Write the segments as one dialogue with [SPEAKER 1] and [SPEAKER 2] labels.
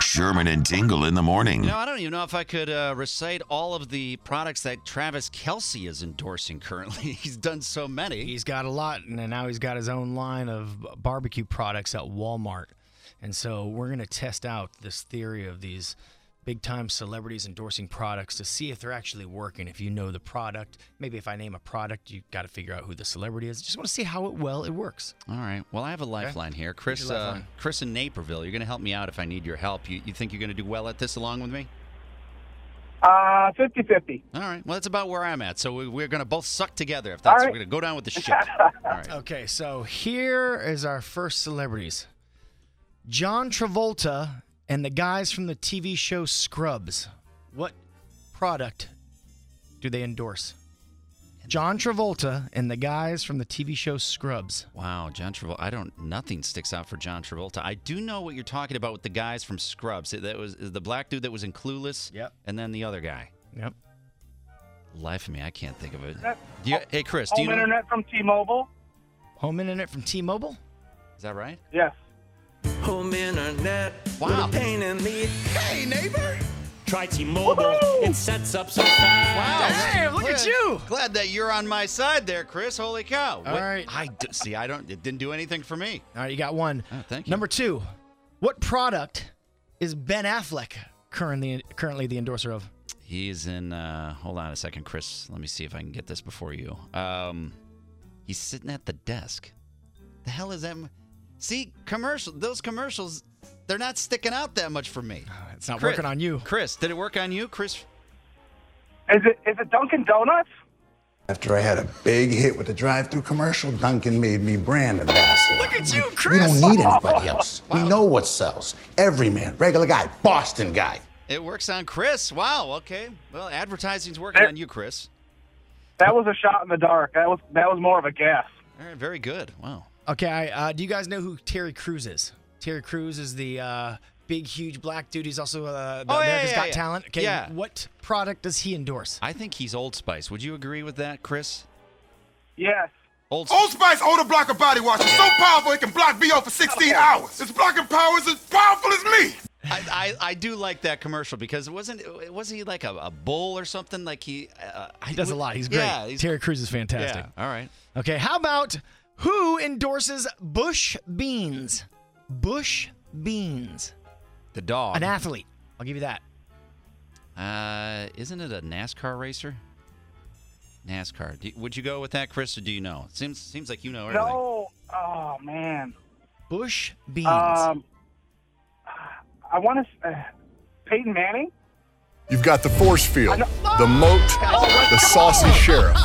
[SPEAKER 1] Sherman and Tingle in the morning.
[SPEAKER 2] Hmm.
[SPEAKER 3] You know, I don't even know if I could uh, recite all of the products that Travis Kelsey is endorsing currently. He's done so many.
[SPEAKER 4] He's got a lot, and now he's got his own line of barbecue products at Walmart. And so we're going to test out this theory of these big time celebrities endorsing products to see if they're actually working. If you know the product, maybe if I name a product, you got to figure out who the celebrity is. Just want to see how it, well it works.
[SPEAKER 3] All right. Well, I have a lifeline here, Chris.
[SPEAKER 4] What's your lifeline?
[SPEAKER 3] Uh, Chris in Naperville, you're going to help me out if I need your help. You, you think you're going to do well at this along with me?
[SPEAKER 5] Uh, 50 50.
[SPEAKER 3] All right. Well, that's about where I'm at. So we, we're going to both suck together. If that's
[SPEAKER 5] All right.
[SPEAKER 3] we're going to go down with the ship. All right.
[SPEAKER 4] Okay, so here is our first celebrities John Travolta and the guys from the TV show Scrubs. What product do they endorse? John Travolta and the guys from the TV show Scrubs.
[SPEAKER 3] Wow, John Travolta. I don't. Nothing sticks out for John Travolta. I do know what you're talking about with the guys from Scrubs. That was the black dude that was in Clueless.
[SPEAKER 4] Yep.
[SPEAKER 3] And then the other guy.
[SPEAKER 4] Yep.
[SPEAKER 3] Life of me, I can't think of it.
[SPEAKER 5] That-
[SPEAKER 3] Do you, hey, Chris, do
[SPEAKER 5] Home
[SPEAKER 3] you know?
[SPEAKER 5] internet from T Mobile?
[SPEAKER 4] Home Internet from T Mobile?
[SPEAKER 3] Is that right?
[SPEAKER 5] Yes.
[SPEAKER 6] Home internet.
[SPEAKER 3] Wow.
[SPEAKER 6] With a pain in the Hey, neighbor.
[SPEAKER 7] Try T-Mobile. It sets up so fast.
[SPEAKER 4] Damn, look at you.
[SPEAKER 3] Glad that you're on my side there, Chris. Holy cow!
[SPEAKER 4] All
[SPEAKER 3] What-
[SPEAKER 4] right.
[SPEAKER 3] I d- see. I don't. It didn't do anything for me.
[SPEAKER 4] All right, you got one.
[SPEAKER 3] Oh, thank you.
[SPEAKER 4] Number two, what product is Ben Affleck currently currently the endorser of?
[SPEAKER 3] He's in. Uh, hold on a second, Chris. Let me see if I can get this before you. Um, he's sitting at the desk. The hell is that? m- See, commercial. Those commercials, they're not sticking out that much for me.
[SPEAKER 4] It's not
[SPEAKER 3] Chris-
[SPEAKER 4] working on you.
[SPEAKER 3] Chris. Did it work on you, Chris?
[SPEAKER 5] Is it is it Dunkin' Donuts?
[SPEAKER 8] After I had a big hit with the drive-through commercial, Duncan made me brand ambassador. Look at you, Chris. We don't need anybody else. We know what sells. Every man, regular guy, Boston guy.
[SPEAKER 3] It works on Chris. Wow. Okay. Well, advertising's working
[SPEAKER 5] Eh.
[SPEAKER 3] on you, Chris.
[SPEAKER 5] That was a shot in the dark. That was that was more of a guess.
[SPEAKER 3] All right. Very good. Wow.
[SPEAKER 4] Okay, I, uh, do you guys know who Terry Crews is? Terry Crews is the uh, big, huge black dude. He's also uh, the
[SPEAKER 3] Oh, yeah,
[SPEAKER 4] America's
[SPEAKER 3] yeah,
[SPEAKER 4] Got
[SPEAKER 3] yeah.
[SPEAKER 4] Talent. Okay,
[SPEAKER 3] Yeah.
[SPEAKER 4] what product does he endorse?
[SPEAKER 3] I think he's Old Spice. Would you agree with that, Chris?
[SPEAKER 5] Yes.
[SPEAKER 3] Old Spice.
[SPEAKER 2] Old Spice older block of body wash is so powerful it can block BO for 16 hours. Its blocking power is as powerful as me.
[SPEAKER 3] I, I, I do like that commercial because it wasn't it wasn't he like a, a bull or something like he uh,
[SPEAKER 4] He does a lot. He's great.
[SPEAKER 3] yeah he's,
[SPEAKER 4] Terry Crews is fantastic.
[SPEAKER 3] yeah all right
[SPEAKER 4] Okay, how about who endorses Bush Beans? Bush Beans.
[SPEAKER 3] the dog
[SPEAKER 4] An athlete. I'll give you that.
[SPEAKER 3] uh isn't it a NASCAR racer NASCAR do, would you go with that Chris or do you know seems seems like you know everything
[SPEAKER 5] No. Oh man.
[SPEAKER 4] Bush Beans.
[SPEAKER 5] Um. I want to. Uh, Peyton Manning.
[SPEAKER 2] You've got the force field, the moat, the saucy sheriff.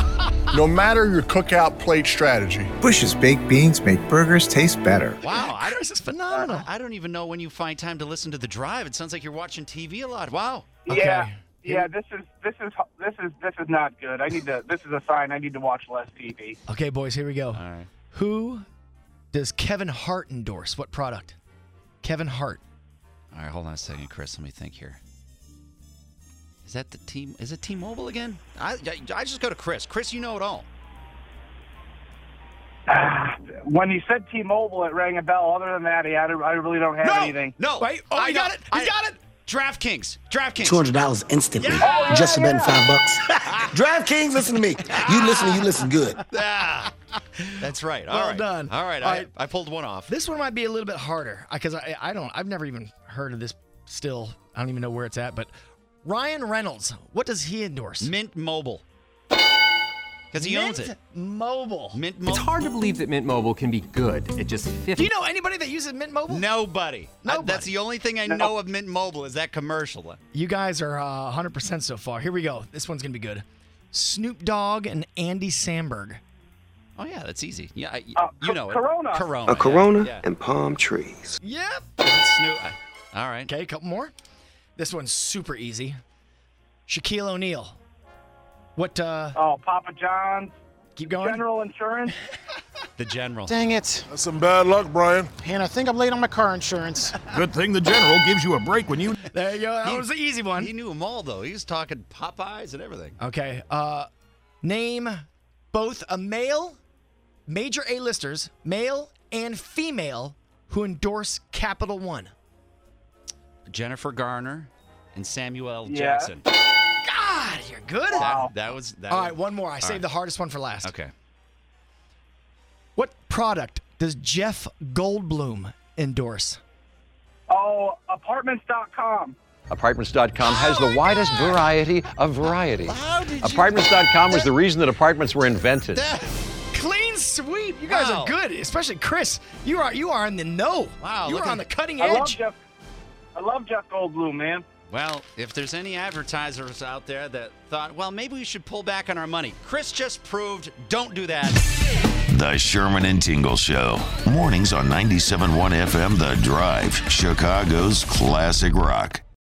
[SPEAKER 2] No matter your cookout plate strategy,
[SPEAKER 8] Bush's baked beans make burgers taste better.
[SPEAKER 3] wow I don't
[SPEAKER 4] Chris is phenomenal.
[SPEAKER 3] I don't even know when you find time to listen to the drive it sounds like you're watching TV a lot wow
[SPEAKER 4] Okay.
[SPEAKER 5] Yeah. Yeah. This is this is this is this is not good. I need to. This is a sign. I need to watch less TV.
[SPEAKER 4] Okay, boys, here we go.
[SPEAKER 3] all right
[SPEAKER 4] Who does Kevin Hart endorse? What product? Kevin Hart.
[SPEAKER 3] all right hold on a second Chris let me think here is that the team is it T-Mobile again I I, I just go to Chris Chris you know it all
[SPEAKER 5] Ah, when you said T-Mobile, it rang a bell. Other than that, yeah, I, don't- I really don't have
[SPEAKER 3] no,
[SPEAKER 5] anything.
[SPEAKER 3] No.
[SPEAKER 4] Wait, oh,
[SPEAKER 3] I
[SPEAKER 4] he
[SPEAKER 3] know.
[SPEAKER 4] got it. He
[SPEAKER 3] I-
[SPEAKER 4] got it.
[SPEAKER 3] DraftKings. DraftKings.
[SPEAKER 6] $200 instantly. Just spend five bucks. DraftKings, listen to me. You listen, you listen good.
[SPEAKER 3] Ah. That's right. All
[SPEAKER 4] Well
[SPEAKER 3] right.
[SPEAKER 4] done.
[SPEAKER 3] All right.
[SPEAKER 4] All
[SPEAKER 3] I,
[SPEAKER 4] right.
[SPEAKER 3] I pulled one off.
[SPEAKER 4] uh, This one might be a little bit harder because I, I don't I've never even heard of this still. I don't even know where it's at, but Ryan Reynolds, what does he endorse?
[SPEAKER 3] Mint Mobile. Because he owns it.
[SPEAKER 4] Mobile.
[SPEAKER 3] Mint Mobile.
[SPEAKER 9] It's hard to believe that Mint Mobile can be good at just 50.
[SPEAKER 4] Do you know anybody that uses Mint Mobile?
[SPEAKER 3] Nobody. I- that's the only thing I
[SPEAKER 4] No.
[SPEAKER 3] know of Mint Mobile is that commercial.
[SPEAKER 4] You guys are uh, 100% so far. Here we go. This one's going to be good. Snoop Dogg and Andy Samberg.
[SPEAKER 3] Oh yeah, that's easy. Yeah, I, you know
[SPEAKER 4] Uh, Corona.
[SPEAKER 3] it. Corona.
[SPEAKER 10] A corona
[SPEAKER 3] Yeah.
[SPEAKER 10] and palm trees.
[SPEAKER 4] Yep.
[SPEAKER 3] It's Snoop. All right.
[SPEAKER 4] Okay, a couple more. This one's super easy. Shaquille O'Neal. What, uh.
[SPEAKER 5] Oh, Papa John's.
[SPEAKER 4] Keep going.
[SPEAKER 5] General Insurance.
[SPEAKER 3] The general.
[SPEAKER 11] Dang it.
[SPEAKER 2] That's some bad luck, Brian.
[SPEAKER 11] And I think I'm late on my car insurance.
[SPEAKER 12] Good thing the general gives you a break when you.
[SPEAKER 4] There you go. That
[SPEAKER 3] He-
[SPEAKER 4] was the easy one.
[SPEAKER 3] He knew them all though. He was talking Popeyes and everything.
[SPEAKER 4] Okay. Uh, name both a male, major A-listers, male and female, who endorse Capital One.
[SPEAKER 3] Jennifer Garner and Samuel L.
[SPEAKER 4] Yeah.
[SPEAKER 3] Jackson.
[SPEAKER 4] God, you're good.
[SPEAKER 3] That, that was. That
[SPEAKER 4] All
[SPEAKER 3] was-
[SPEAKER 4] right, one more. I
[SPEAKER 3] all
[SPEAKER 4] saved
[SPEAKER 3] right.
[SPEAKER 4] the hardest one for last.
[SPEAKER 3] Okay.
[SPEAKER 4] What product does Jeff Goldblum endorse?
[SPEAKER 5] Oh, Apartments.com.
[SPEAKER 13] Apartments.com has the widest variety of variety.
[SPEAKER 4] did you-
[SPEAKER 13] Apartments.com was the reason that apartments were invented.
[SPEAKER 4] Clean sweep. You guys
[SPEAKER 5] Wow.
[SPEAKER 4] are good, especially Chris. You are you are in the know.
[SPEAKER 3] Wow,
[SPEAKER 4] you
[SPEAKER 3] look
[SPEAKER 4] are
[SPEAKER 3] at-
[SPEAKER 4] on the cutting
[SPEAKER 3] I
[SPEAKER 4] edge.
[SPEAKER 3] love
[SPEAKER 5] Jeff, I love Jeff Goldblum, man.
[SPEAKER 3] Well, if there's any advertisers out there that thought, well, maybe we should pull back on our money, Chris just proved don't do that.
[SPEAKER 1] The Sherman and Tingle Show. Mornings on 97.1 FM The Drive, Chicago's classic rock.